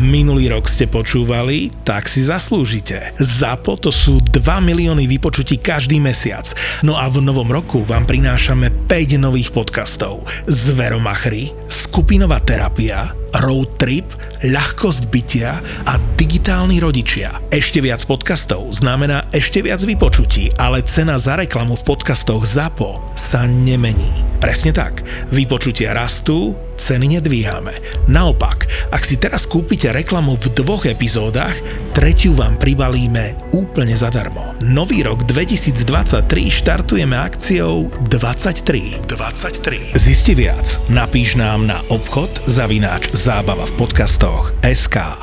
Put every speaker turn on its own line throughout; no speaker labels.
minulý rok ste počúvali, tak si zaslúžite. ZAPO to sú 2 milióny vypočutí každý mesiac. No a v novom roku vám prinášame 5 nových podcastov. Zveromachry, skupinová terapia, road trip, ľahkosť bytia a digitálni rodičia. Ešte viac podcastov znamená ešte viac vypočutí, ale cena za reklamu v podcastoch ZAPO sa nemení. Presne tak. Vypočutia rastú, ceny nedvíhame. Naopak, ak si teraz kúpite reklamu v dvoch epizódach, tretiu vám pribalíme úplne zadarmo. Nový rok 2023 štartujeme akciou 23. 23. Zisti viac. Napíš nám na obchod zavináč zábava v podcastoch SK.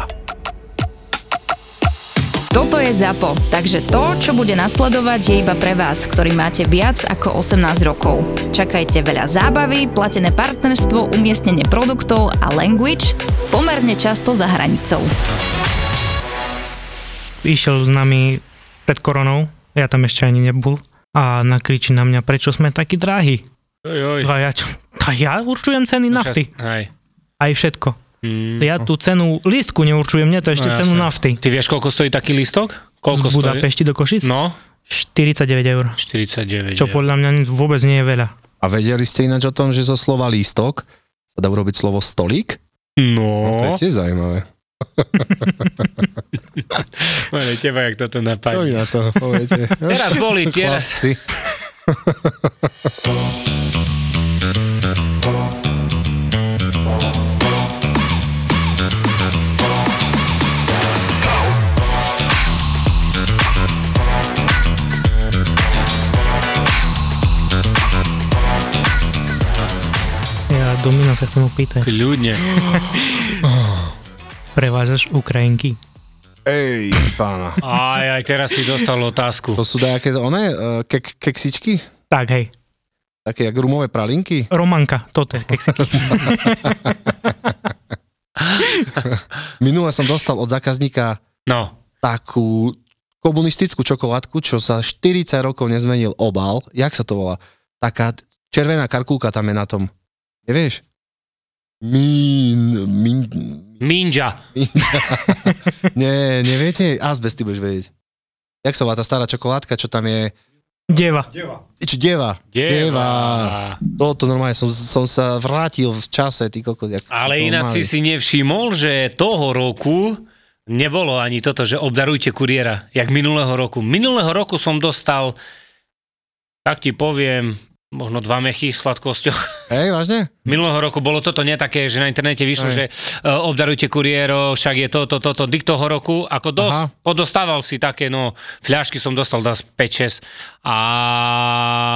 Toto je ZAPO, takže to, čo bude nasledovať, je iba pre vás, ktorý máte viac ako 18 rokov. Čakajte veľa zábavy, platené partnerstvo, umiestnenie produktov a language pomerne často za hranicou.
Išiel s nami pred koronou, ja tam ešte ani nebol a nakričí na mňa, prečo sme takí drahí.
Oj, oj.
A ja, čo, a ja určujem ceny nafty.
Hej.
Aj všetko.
No Mm.
Ja tú cenu lístku neurčujem, mne to ešte
No,
cenu
jasné.
nafty.
Ty vieš, koľko stojí taký listok?
Z
Koľko stojí?
Budapešti do Košic?
No,
49 eur.
49.
Čo podľa mňa ni- vôbec nie je veľa.
A vedeli ste ináč o tom, že zo slova lístok sa dá urobiť slovo stolík?
No,
No, to je tiež zaujímavé.
No, ale teba, jak toto
Čo vy
napadne.
na to poviete?
Teraz boli, teraz.
Chlapci.
Ja Domina sa chcem opýtať.
Kľudne.
Prevážaš Ukrajinky?
Ej, pána.
Aj, aj teraz si dostal otázku.
To sú nejaké one, eh, kek, keksičky?
Tak, hej.
Také jak rumové pralinky?
Romanka, toto je keksiky.
Minule som dostal od zákazníka
No,
takú komunistickú čokoládku, čo sa 40 rokov nezmenil obal. Jak sa to volá? Taká t- červená karkulka tam je na tom. Nevieš? Min, min,
Minja.
nie, neviete? Azbest ty budeš vedieť. Jak sa volá tá stará čokoládka, čo tam je?
Deva.
Či deva. Toto No, normálne som, som sa vrátil v čase, ty kokos. jak-
Ale
som
ináč si
malý.
si nevšimol, že toho roku nebolo ani toto, že obdarujte kuriéra, jak minulého roku. Minulého roku som dostal, tak ti poviem, možno dva mechy v sladkosťoch.
Hej, vážne?
Minulého roku bolo toto nie také, že na internete vyšlo,
Aj.
že e, obdarujte kuriéro, však je toto, toto, dik toho roku, ako dosť,
Aha.
podostával si také, no, fľašky som dostal das 5-6 a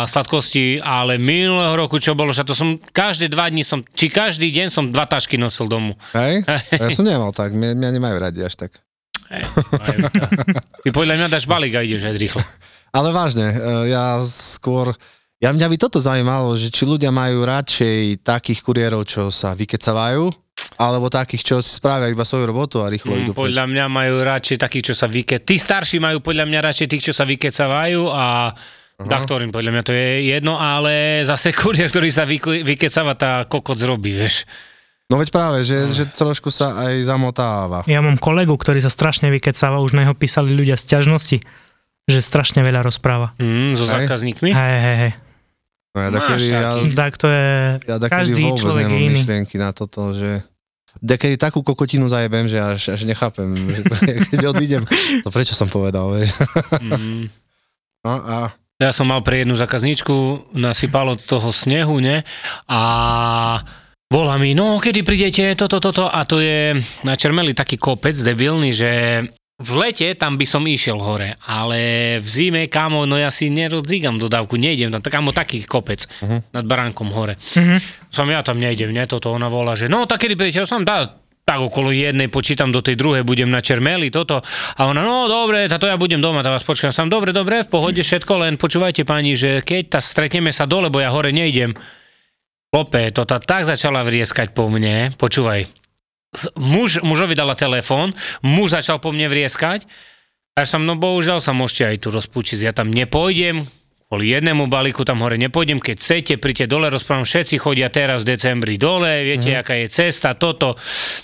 sladkosti, ale minulého roku, čo bolo, že to som, každé dva dní som, či každý deň som dva tašky nosil domu.
Hej? Ja som nemal tak, mňa, mňa nemajú radi až tak.
Hej, aj to. Ty podľa mňa dáš balík a ideš aj rýchlo.
Ale vážne, e, ja skôr... Ja mňa by toto zaujímalo, že či ľudia majú radšej takých kuriérov, čo sa vykecavajú, alebo takých, čo si spravia iba svoju robotu a rýchlo
Mm,
idú preč.
podľa mňa majú radšej takých, čo sa vyke... Tí starší majú podľa mňa radšej tých, čo sa vykecavajú a Daktorin, podľa mňa to je jedno, ale zase kurier, ktorý sa vyku- vykecava, tá kokot zrobí, vieš.
No veď práve, že,
Mm.
že trošku sa aj zamotáva.
Ja mám kolegu, ktorý sa strašne vykecáva, už na neho písali ľudia z ťažnosti, že strašne veľa rozpráva.
Mm, so
Hej.
zákazníkmi.
Hej, hej, hej.
No ja
Máš
takedy, ja,
taký.
Hm, Tak to je...
ja takedy
Každý
vôbec
človek je
nemám
iný.
myšlienky na toto, že... Dekedy takú kokotinu zajebem, že až, až nechápem, že keď odídem. To prečo som povedal, vieš?
Mm.
No a...
Ja som mal pre jednu zákazníčku, nasypalo toho snehu, ne? A volá mi, no kedy prídete, toto, toto, a to je na Čermeli taký kopec debilný, že v lete tam by som išiel hore, ale v zime, kámo, no ja si nerozdzigam dodávku, nejdem tam, kámo, taký kopec
Mhm.
nad baránkom hore.
Mhm.
Som ja tam nejdem, ne, toto ona volá, že no tak kedy prídete, ja som dá, tak okolo jednej počítam do tej druhej, budem na Čermeli, toto. A ona, no dobre, tá to ja budem doma, tá vás počkám sám, dobre, dobre, v pohode všetko, len počúvajte pani, že keď tá stretneme sa dole, bo ja hore nejdem. Lope, to tá tak začala vrieskať po mne, počúvaj. Z- Muž, mužovi dala telefón, muž začal po mne vrieskať, až som, no bohužiaľ sa môžete aj tu rozpúčiť, ja tam nepôjdem, Kvôli jednému balíku tam hore nepôjdem, keď chcete, príďte dole, rozprávam, všetci chodia teraz v decembri dole, viete, mm. aká je cesta, toto.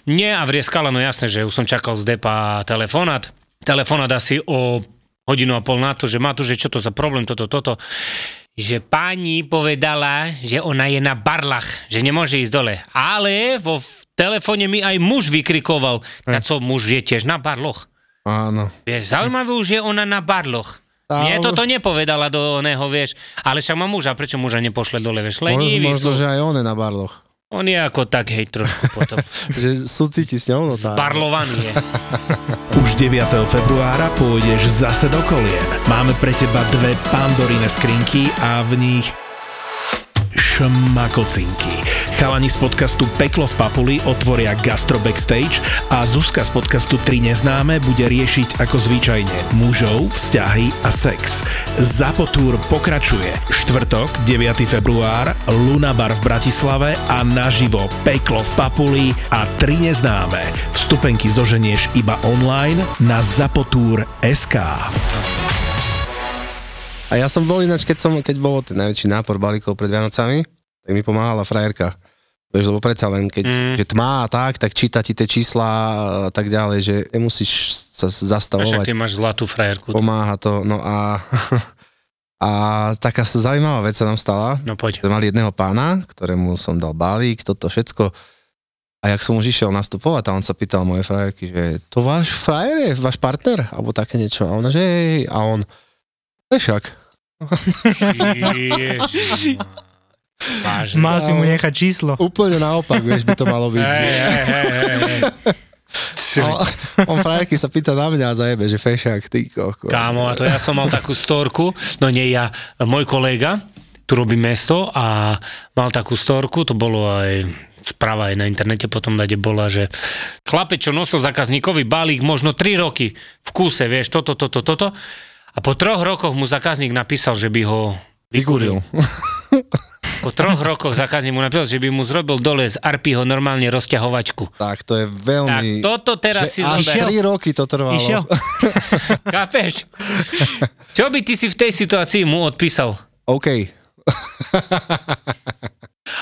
Nie, a vrie skala, no jasné, že už som čakal z depa telefonát. Telefonát asi o hodinu a pol na to, že má tu, že čo to za problém, toto, toto že pani povedala, že ona je na barlach, že nemôže ísť dole. Ale vo v telefóne mi aj muž vykrikoval, na co muž je tiež na barloch.
Áno.
Vieš, zaujímavé už je ona na barloch.
Tá,
Mne
ale-
toto nepovedala do oného, vieš, ale však má muža, prečo muža nepošle dole, vieš, lenivý
Možno, možno,
sú.
že aj on je na barloch.
On je ako tak, hej, trošku potom.
Že súcíti s ňou, no tá.
Barlovaný je.
Už 9. februára pôjdeš zase do kolien. Máme pre teba dve pandorine skrinky a v nich šmakocinky. Chalani z podcastu Peklo v Papuli otvoria Gastro Backstage a Zuzka z podcastu 3 neznáme bude riešiť ako zvyčajne mužov, vzťahy a sex. Zapotúr pokračuje. Štvrtok, 9. február, Luna Bar v Bratislave a naživo Peklo v Papuli a 3 neznáme. Vstupenky zoženieš iba online na zapotúr.sk.
A ja som bol ináč, keď, som, keď bol ten najväčší nápor balíkov pred Vianocami, tak mi pomáhala frajerka. Vieš, lebo predsa len, keď
Mm.
mm. že tmá a tak, tak číta ti tie čísla a tak ďalej, že nemusíš
A
sa s-
však ty
zastavovať.
máš zlatú frajerku.
Pomáha to. No a, a taká sa zaujímavá vec sa nám stala.
No poď.
Sme mali jedného pána, ktorému som dal balík, toto všetko. A jak som už išiel nastupovať, a on sa pýtal mojej frajerky, že to váš frajer je, váš partner, alebo také niečo. A ona, že hej, a on, však,
Ježiš. Vážne.
Mal si mu nechať číslo.
úplne naopak, vieš, by to malo byť.
Hej,
že-
hej, hej, hej, hej.
A on frajerky sa pýta na mňa a zajebe, že fešák, ty koko.
Kámo, a to ja som mal takú storku, no nie ja, môj kolega, tu robí mesto a mal takú storku, to bolo aj správa aj na internete potom dade bola, že chlapec, čo nosil zákazníkovi balík možno 3 roky v kúse, vieš, toto, toto, toto a po troch rokoch mu zákazník napísal, že by ho
Vykúril.
po troch rokoch zákazník mu napísal, že by mu zrobil dole z Arpiho normálne rozťahovačku.
Tak, to je
Tak
veľmi...
toto teraz si
že až
zober.
3 roky to trvalo.
Išiel?
Chápeš? Čo by ty si v tej situácii mu odpísal?
OK.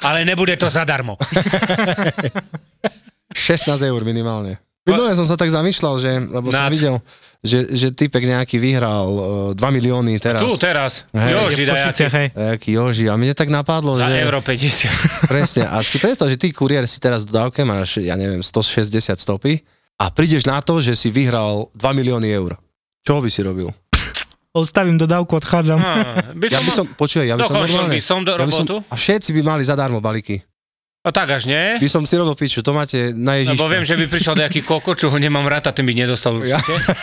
Ale nebude to zadarmo.
16 eur minimálne. Minulé som sa tak zamýšľal, že, lebo
Nad.
som videl, že, že typek nejaký vyhral uh, 2 milióny teraz.
Tu teraz.
Hej.
Jo,
Je v
židajaci.
Košiciach, hej.
Jaký Joži, a mne tak napadlo,
Za
že...
euro 50.
Presne, a si predstav, že ty kuriér si teraz v dodávke, máš, ja neviem, 160 stopy a prídeš na to, že si vyhral 2 milióny eur. Čo by si robil?
Odstavím dodávku, odchádzam.
Á, Hm, by
Ja by som, počuj, ja by som
Dokončil
normálne...
by som do
ja by som,
robotu.
a všetci by mali zadarmo balíky.
A tak až nie.
By som si robil piču, to máte na Ježiška.
Lebo viem, že by prišiel nejaký koko, čo ho nemám rád a ten by nedostal
Ja.
určite.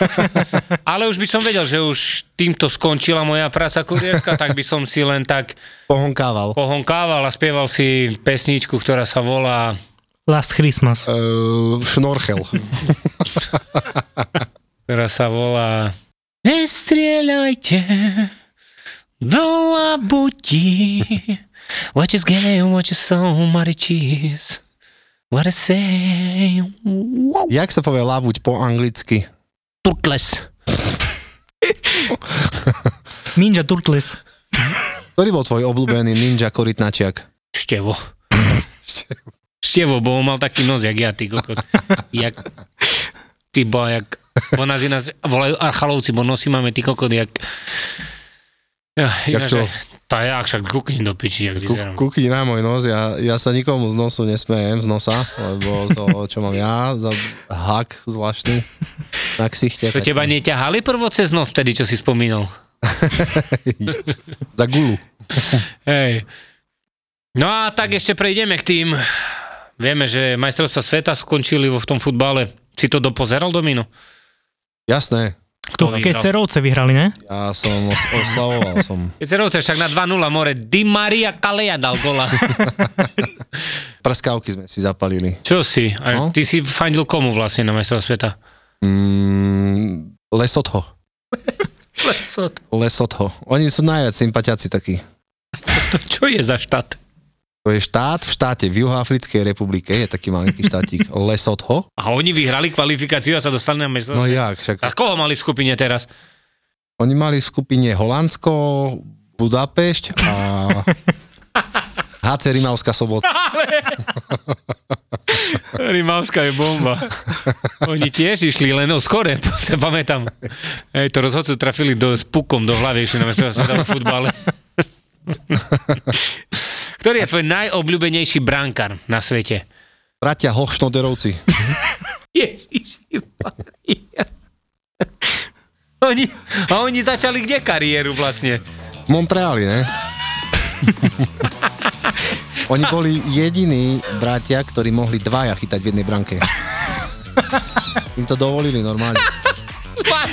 Ale už by som vedel, že už týmto skončila moja práca kurierská, tak by som si len tak
Pohonkával.
pohonkával a spieval si pesničku, ktorá sa volá...
Last Christmas.
Uh, šnorchel.
ktorá sa volá Nestrieľajte do labutí What is gay, what is so much is What I say wow.
Jak sa povie labuť po anglicky?
Turtles
Ninja Turtles.
Ktorý bol tvoj obľúbený ninja korytnačiak?
Števo Števo, bo on mal taký nos, jak ja, ty kokot. Jak, ty bo, jak, bo nás ináč volajú archalovci, bo nosy máme, ty kokot, jak... Ja,
Jak
ináč,
čo?
Tá ja, však kukni do piči, jak vyzerám.
Kukni na môj nos, ja, ja sa nikomu z nosu nesmejem, z nosa, lebo to, čo mám ja, za hak zvláštny na ksichte.
To
tak-
teba neťahali prvo cez nos vtedy, čo si spomínal?
Za gulu.
Hej. No a tak ešte prejdeme k tým. Vieme, že majstrovstva sveta skončili vo v tom futbale. Si to dopozeral, Domino?
Jasné,
Kto, keď
vyhral?
cerovce vyhrali, ne?
ja som os- oslavoval som.
Keď sa rovce, však na 2-0 more. Di Maria Kaleja dal gola.
Prskavky sme si zapalili.
Čo si? A
No.
ty si fandil komu vlastne na majstrovstve sveta?
Mm, lesotho. Lesotho. Oni sú najviac sympatiaci takí.
To čo je za štát?
To je štát v štáte, v Juhoafrickej republike, je taký malinký štátik. Lesotho.
A oni vyhrali kvalifikáciu a sa dostali na
No
majstrovstvo.
jak, však
A koho mali v skupine teraz?
Oni mali v skupine Holandsko, Budapešť a HC Rimavská sobota.
Rimavská je bomba. Oni tiež išli, len no, skore, sa pamätám. Ej, to rozhodcu trafili do, s pukom do hlavy, ešte na mesto sa dali v futbale. Ktorý je tvoj najobľúbenejší brankár na svete?
Bratia Hochšnoderovci.
Ježiši Maria. Oni, a oni začali kde kariéru vlastne?
V Montreali, ne? Oni boli jediní bratia, ktorí mohli dvaja chytať v jednej branke. Im to dovolili normálne.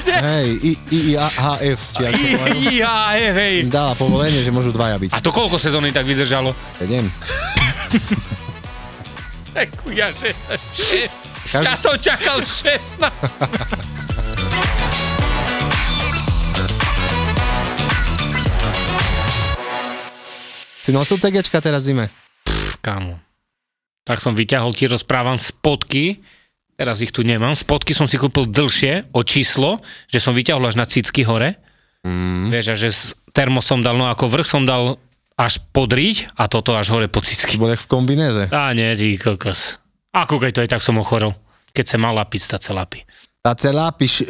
Hej, I- IIHF, či ako to volajú,
Ja, hej, E, hej.
im dala povolenie, že môžu dvaja byť.
A to koľko sezóny tak vydržalo?
Neviem.
Tak ja, že šest.
Každý-
Ja som čakal 16.
Si nosil cegečka teraz zime?
Kámo. Tak som vyťahol, ti rozprávam spotky. Teraz ich tu nemám. Spotky som si kúpil dlhšie o číslo, že som vyťahol až na Cicky hore. Mm. Vieš, a že s termosom dal, no ako vrch som dal až podriť a toto až hore po Cicky.
Bol jak v kombinéze.
Á, nie, ty kokos. A kúkaj, to aj tak som ochorel. Keď sa mala piť, tá celapy.
Tá celá piš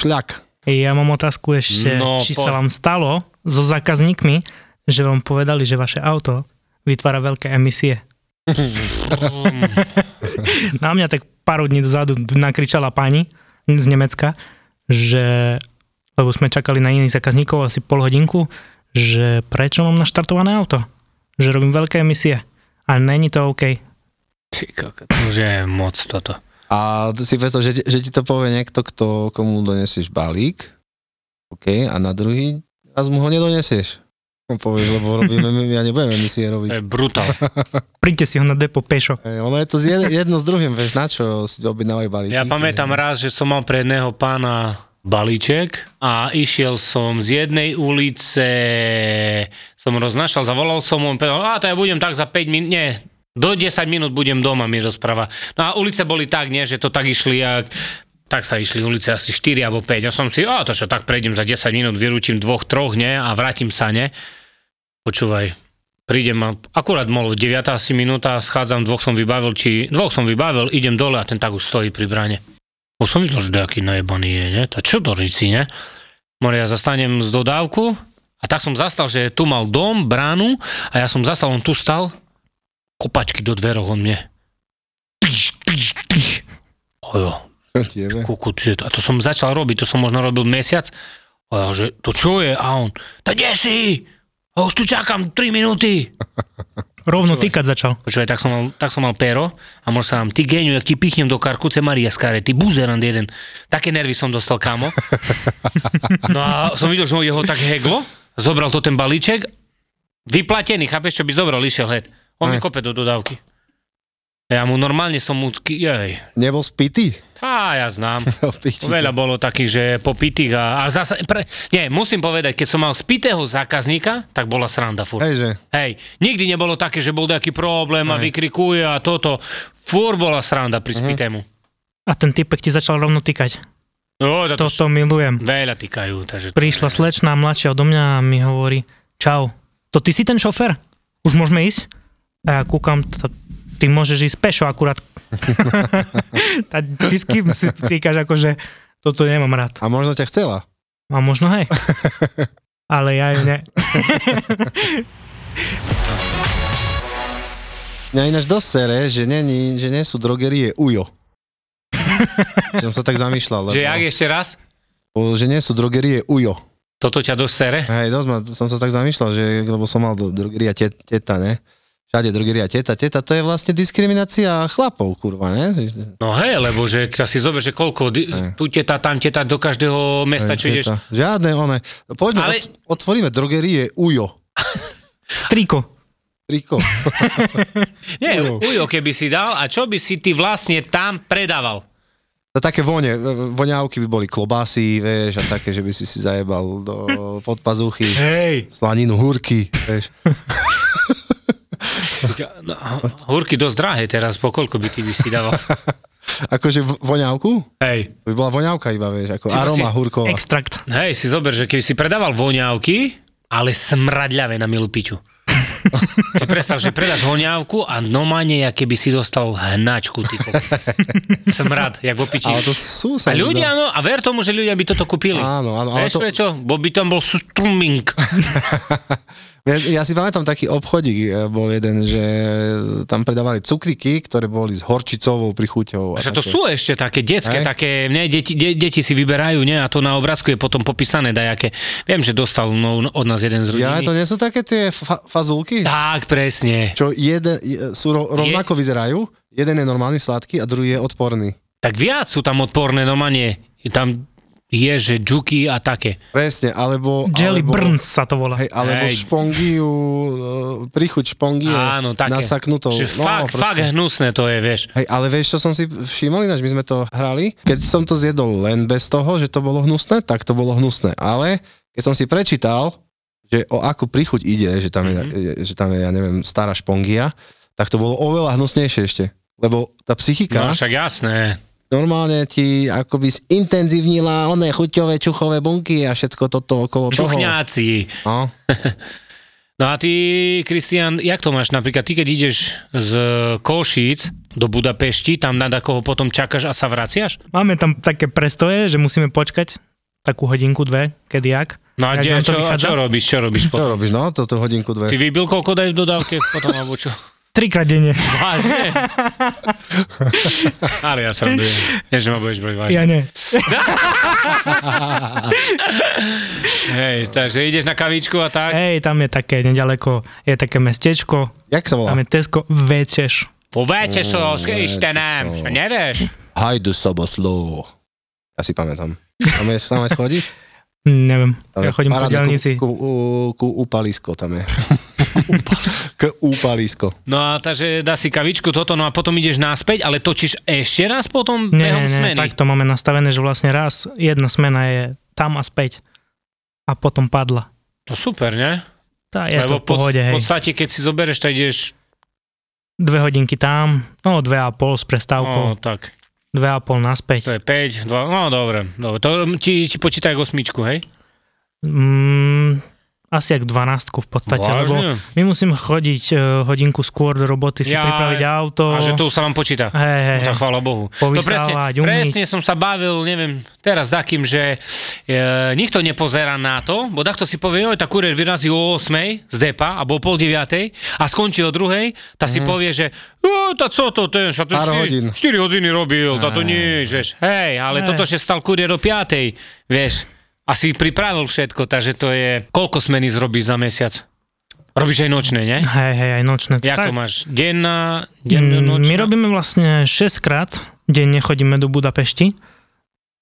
šľak.
Ja mám otázku ešte,
No,
no, či po...
po-
sa vám stalo so zákazníkmi, že vám povedali, že vaše auto vytvára veľké emisie. Na mňa tak pár dní dozadu nakričala pani z Nemecka, že lebo sme čakali na iných zákazníkov asi pol hodinku, že prečo mám naštartované auto? Že robím veľké emisie. A není to OK.
Ty kokos, to už je moc toto.
A si predstav, že, ti- že ti to povie niekto, kto, komu donesieš balík, OK, a na druhý raz mu ho nedonesieš. On Povieš, lebo robíme, my, ja nebudem
To
emisie
je
robiť.
brutál.
Príďte si ho na depo pešo.
Hej, ono je to z jed, jedno s druhým, vieš, na čo si objednávajú balíky.
Ja pamätám raz, že som mal pre jedného pána balíček a išiel som z jednej ulice, som roznašal, zavolal som mu, on povedal, a to ja budem tak za 5 minút, nie, do 10 minút budem doma, mi rozpráva. No a ulice boli tak, nie, že to tak išli, jak, tak sa išli ulice asi 4 alebo 5. Ja som si, a to čo, tak prejdem za 10 minút, vyrútim dvoch, troch, nie, a vrátim sa, nie. Počúvaj, prídem a akurát bolo 9 asi minúta, schádzam, dvoch som vybavil, či dvoch som vybavil, idem dole a ten tak už stojí pri bráne. Už som videl, že nejaký najebaný je, ne? Tak čo to rici, ne? More, ja zastanem z dodávku a tak som zastal, že tu mal dom, bránu a ja som zastal, on tu stal, kopačky do dverov on mne. Tyš, tyš, tyš. Ojo,
Tiebe.
Kuku, že to, a to som začal robiť, to som možno robil mesiac. A ja, že to čo je? A on, ta kde si? A už tu čakám 3 minúty.
Rovno týkať začal.
Počúvaj, tak som mal, tak som mal pero a možno sa vám, ty geniu, jak ti pichnem do karkuce Maria Skare, ty buzerant jeden. Také nervy som dostal, kámo. No a som videl, že ho jeho tak heglo, zobral to ten balíček, vyplatený, chápeš, čo by zobral, išiel hed. On mi
Aj.
kope do dodávky. Ja mu normálne som mu... ky- Jej,
Nebol spitý?
tá ja znám.
Piči.
Veľa bolo takých, že popitých a, a zasa, pre, nie, musím povedať, keď som mal spitého zákazníka, tak bola sranda furt. Hej.
Hej, že?
Hej, nikdy nebolo také, že bol nejaký problém a vykrikuje a toto. Fúr bola sranda pri spitému.
A ten typek ti začal rovno týkať.
Jo, No, to, to,
Toto milujem.
veľa týkajú. Takže to
Prišla
je-
slečná mladšia odo mňa a mi hovorí, čau, to ty si ten šofer? Už môžeme ísť? A ja kúkam, to, ty môžeš ísť pešo akurát. tá, ty s kým si týkaš akože, toto nemám rád.
A možno ťa chcela.
A možno hej. Ale ja ju ne.
Mňa ináč dosť sere, že, není, že nie sú drogerie ujo. Že som sa tak zamýšľal. Lebo,
Že jak ešte raz?
že nie sú drogerie ujo.
Toto ťa dosere?
Hej, dosť ma, som sa tak zamýšľal, že, lebo som mal do, drogeria te, teta, ne? Všade drogeria teta, teta, to je vlastne diskriminácia chlapov, kurva, ne?
No hej, lebo že keď si zober, že koľko, di-
Hej.
tu teta, tam teta, do každého mesta, čo ideš.
Teta. Žiadne, one. Poďme,
Ale-
Ale... otvoríme drogerie Ujo.
Striko.
Riko.
Nie, ujo keby si dal a čo by si ty vlastne tam predával?
To No také vone, voňavky by boli klobásy, vieš, a také, že by si si zajebal do podpazuchy. Hej. Slaninu húrky, vieš.
No, húrky dosť drahé teraz, po koľko by ty by si dával?
Akože v- voňavku?
Hej.
To by bola voňavka iba, vieš, ako
Si
aroma
proste
húrková.
Extrakt.
Hej, si zober, že keby si predával voňavky, ale smradľavé na milú piču. si predstav, že predáš hoňávku a normálne, ja keby si dostal hnačku, ty kokos. Smrad, jak opičí.
Ale to sú
A
sa mi
ľudia,
zdá.
áno, a ver tomu, že ľudia by toto kúpili.
Áno, áno, ale
Vieš
to-
prečo? Bo by tam bol struming.
Ja, ja si pamätám taký obchodík, e, bol jeden, že tam predávali cukriky, ktoré boli s horčicovou prichuťou.
Že to sú ešte také detské,
Hej.
také, ne, deti, de, deti si vyberajú, ne, a to na obrázku je potom popísané dajaké. Viem, že dostal no, od nás jeden z
Ja,
rodiny.
to nie sú také tie fa- fazulky?
Tak, presne.
Čo jeden, je- sú ro- rovnako vyzerajú, jeden je normálny sladký a druhý je odporný.
Tak viac sú tam odporné, no manie. Tam je, že džuky a také.
Presne, alebo...
Jelly
alebo,
Burns sa to volá.
Hej, alebo
Hej.
špongiu, e, prichuť špongie
Áno, také.
nasaknutou.
Čiže fakt,
no, proste.
fakt hnusné to je, vieš.
Hej, ale vieš, čo som si všimol ináč? My sme to hrali. Keď som to zjedol len bez toho, že to bolo hnusné, tak to bolo hnusné. Ale keď som si prečítal, že o akú prichuť ide, že tam,
Mhm.
je, že tam je, ja neviem, stará špongia, tak to bolo oveľa hnusnejšie ešte. Lebo tá
No
psychika
však jasné.
normálne ti akoby zintenzívnila oné chuťové, čuchové bunky a všetko toto okolo toho.
Čuchňáci.
No.
No a ty, Kristian, jak to máš? Napríklad ty, keď ideš z Košíc do Budapešti, tam na koho potom čakáš a sa vraciaš?
Máme tam také prestoje, že musíme počkať takú hodinku, dve, kedy jak.
No a,
Jak
kde,
nám to
čo, a
vychádza?
čo robíš? Čo robíš
Čo
potom?
robíš, no? Toto hodinku,
Ty
dve.
vybil koľko daj v dodávke potom, alebo čo?
Trikrát denne.
Vážne? Ale ja sa robujem. Nie, že ma budeš brať vážne.
Ja nie.
Hej, takže ideš na kavičku a tak.
Hej, tam je také nedaleko, je také mestečko,
Jak sa volá?
tam je Tesco, večeš.
Povejte sa, s
čo
Kristianem, čo
sa-
nevieš?
Hajdu soboslo. Ja si pamätám. Tam je, tam aj chodíš?
Neviem,
Tam
ja
je
chodím po
parádne
diálnici.
Ku, ku, ku úpalisko tam je. k úpalisko.
No a takže dá si kavičku toto, no a potom ideš naspäť, ale točíš ešte raz potom
Nie,
behom
nie,
smeny.
tak to máme nastavené, že vlastne raz jedna smena je tam a späť a potom padla.
To super, ne?
Tá je to v pohode,
v
hej.
podstate, keď si zoberieš, tak ideš...
Dve hodinky tam, no dve a pol s
No,
prestávkou,
tak.
dve a pol naspäť.
To je 5, 2, no dobre. dobre. To mm, ti, ti počítaj osmičku, hej?
Mm, asi jak dvanástku v podstate, lebo
Vážne?
my musíme chodiť e, hodinku skôr do roboty, si
Jaj.
pripraviť auto.
A že to už sa vám počíta.
Hej, hej,
No tak
hej.
chvála Bohu. To presne,
Povysávať, umyť.
presne som sa bavil, neviem, teraz takým, že e, nikto nepozerá na to, bo takto si povie, oj, tá kurier vyrazí o 8 z depa, alebo o pol 9 a skončí o 2, tá
Mhm.
si povie, že jo, tá co to, ten sa to
Pár
4,
hodín.
4 hodiny robil, tá to nič, vieš. Hej, ale
Hej.
toto, že stal kurier o 5, vieš, a si pripravil všetko, takže to je, koľko smeny zrobíš za mesiac? Robíš aj nočné, ne?
Hej, hej, aj nočné.
Jak
tak,
to máš? Denná,
Mm,
dennú, nočná?
My robíme vlastne 6 krát denne chodíme do Budapešti,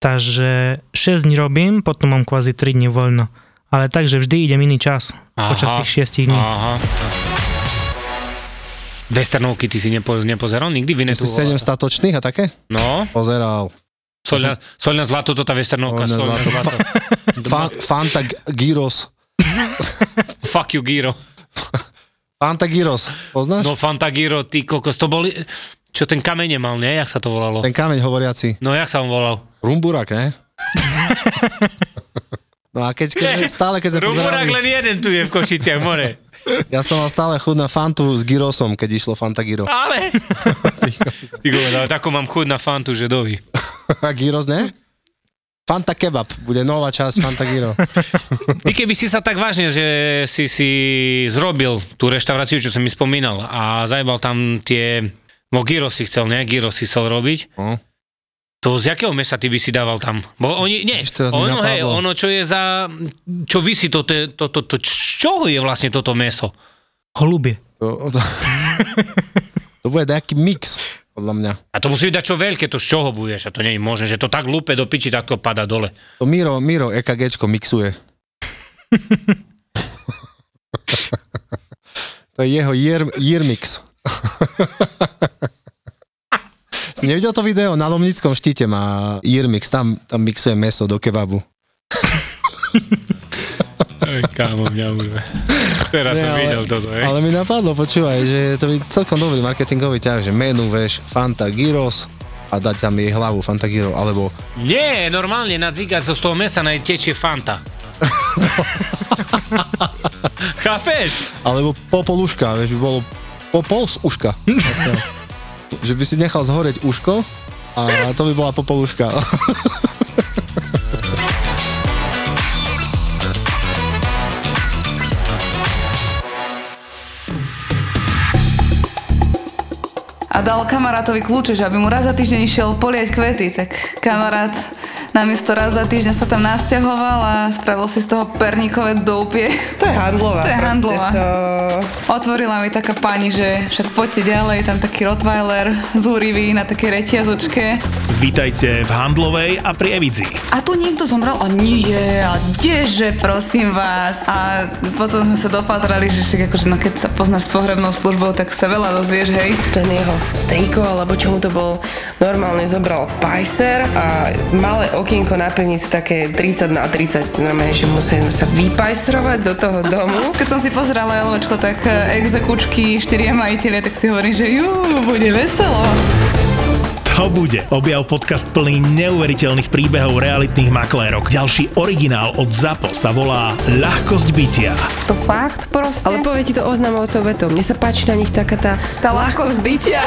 takže 6 dní robím, potom mám kvázi 3 dní voľno. Ale takže vždy idem iný čas
Aha.
počas tých 6 dní.
Aha. Westernovky ty si nepo, nepozeral nikdy?
Ty si
Vinetu?
sedem statočných a také?
No,
Pozeral.
soľna, soľna zlato, to tá Westernovka,
Soľné
soľna
zlato.
zlato.
Fa, Fanta G- Gyros.
Fuck you, Giro.
Fanta Gyros. Poznáš?
No, Fanta Giro, ty kokos, to boli... Čo ten kamene mal, ne? Jak sa to volalo?
Ten kameň hovoriaci.
No, jak sa on volal?
Rumburak, ne? No a keď, keď sme- stále keď sme
Rumburák
pozerali,
len jeden tu je v Košiciach, more.
ja som mal stále chud na Fantu s Gyrosom, keď išlo Fanta Gyro.
Ale... Ty kokos, ale takú mám chuť na Fantu, že dovi.
A Gyros, ne? Fanta Kebab, bude nová časť Fanta Gyro.
Ty keby si sa tak vážne, že si si zrobil tú reštauráciu, čo som mi spomínal a zajebal tam tie... No gyro si chcel, ne? Gyro si chcel robiť.
No.
To z jakého mesa ty by si dával tam? Bo oni, nie,
Ešte teraz mi
ono, hej,
napadlo.
ono, čo je za, čo vysí to, to, to, to, to z čoho je vlastne toto meso?
Hlubie.
To, to, to bude nejaký mix, podľa mňa.
A to musí byť čo veľké, to z čoho budeš a to nie je možné, že to tak lúpe do piči, tak to pada dole.
To Miro, Miro EKGčko mixuje. to je jeho year, year mix. si nevidel to video? Na Lomnickom štíte má year mix, tam, tam mixuje meso do kebabu.
Kámo, mňa urve. Teraz
Ne, som ale- videl
toto,
Ale mi napadlo, počúvaj, že to je celkom dobrý marketingový ťah, že menu, vieš, Fanta Gyros a dať tam jej hlavu Fanta Gyro, alebo
Nie, normálne na zigac z toho mesa najtečie Fanta. Chápeš?
Alebo popoluška, vieš, by bolo popol z uška. že by si nechal zhoreť uško a to by bola popoluška.
a dal kamarátovi kľúče, že aby mu raz za týždeň išiel poliať kvety, tak kamarát namiesto raz za týždeň sa tam nasťahoval a spravil si z toho perníkové doupie.
To je handlová.
To je
proste,
handlová.
To...
Otvorila mi taká pani, že však poďte ďalej, tam taký Rottweiler zúrivý na takej reťazočke.
Vítajte v Handlovej a pri Evidzi.
A tu niekto zomrel a nie, a kdeže, prosím vás. A potom sme sa dopatrali, že však akože, no keď sa poznáš s pohrebnou službou, tak sa veľa dozvieš, hej.
Ten jeho stejko, alebo čo mu to bol, normálne zobral pajser a malé okienko na pivnici, také 30 na 30, normálne, že museli sme sa vypajsrovať do toho domu.
Keď som si pozerala LOčko, tak eh, exekučky, štyria majiteľia, tak si hovorím, že jú, bude veselo.
To bude. Objav podcast plný neuveriteľných príbehov realitných maklérok. Ďalší originál od ZAPO sa volá Ľahkosť bytia.
To fakt proste.
Ale povie ti to oznamovcov vetou. Mne sa páči na nich taká tá...
tá ľahkosť bytia.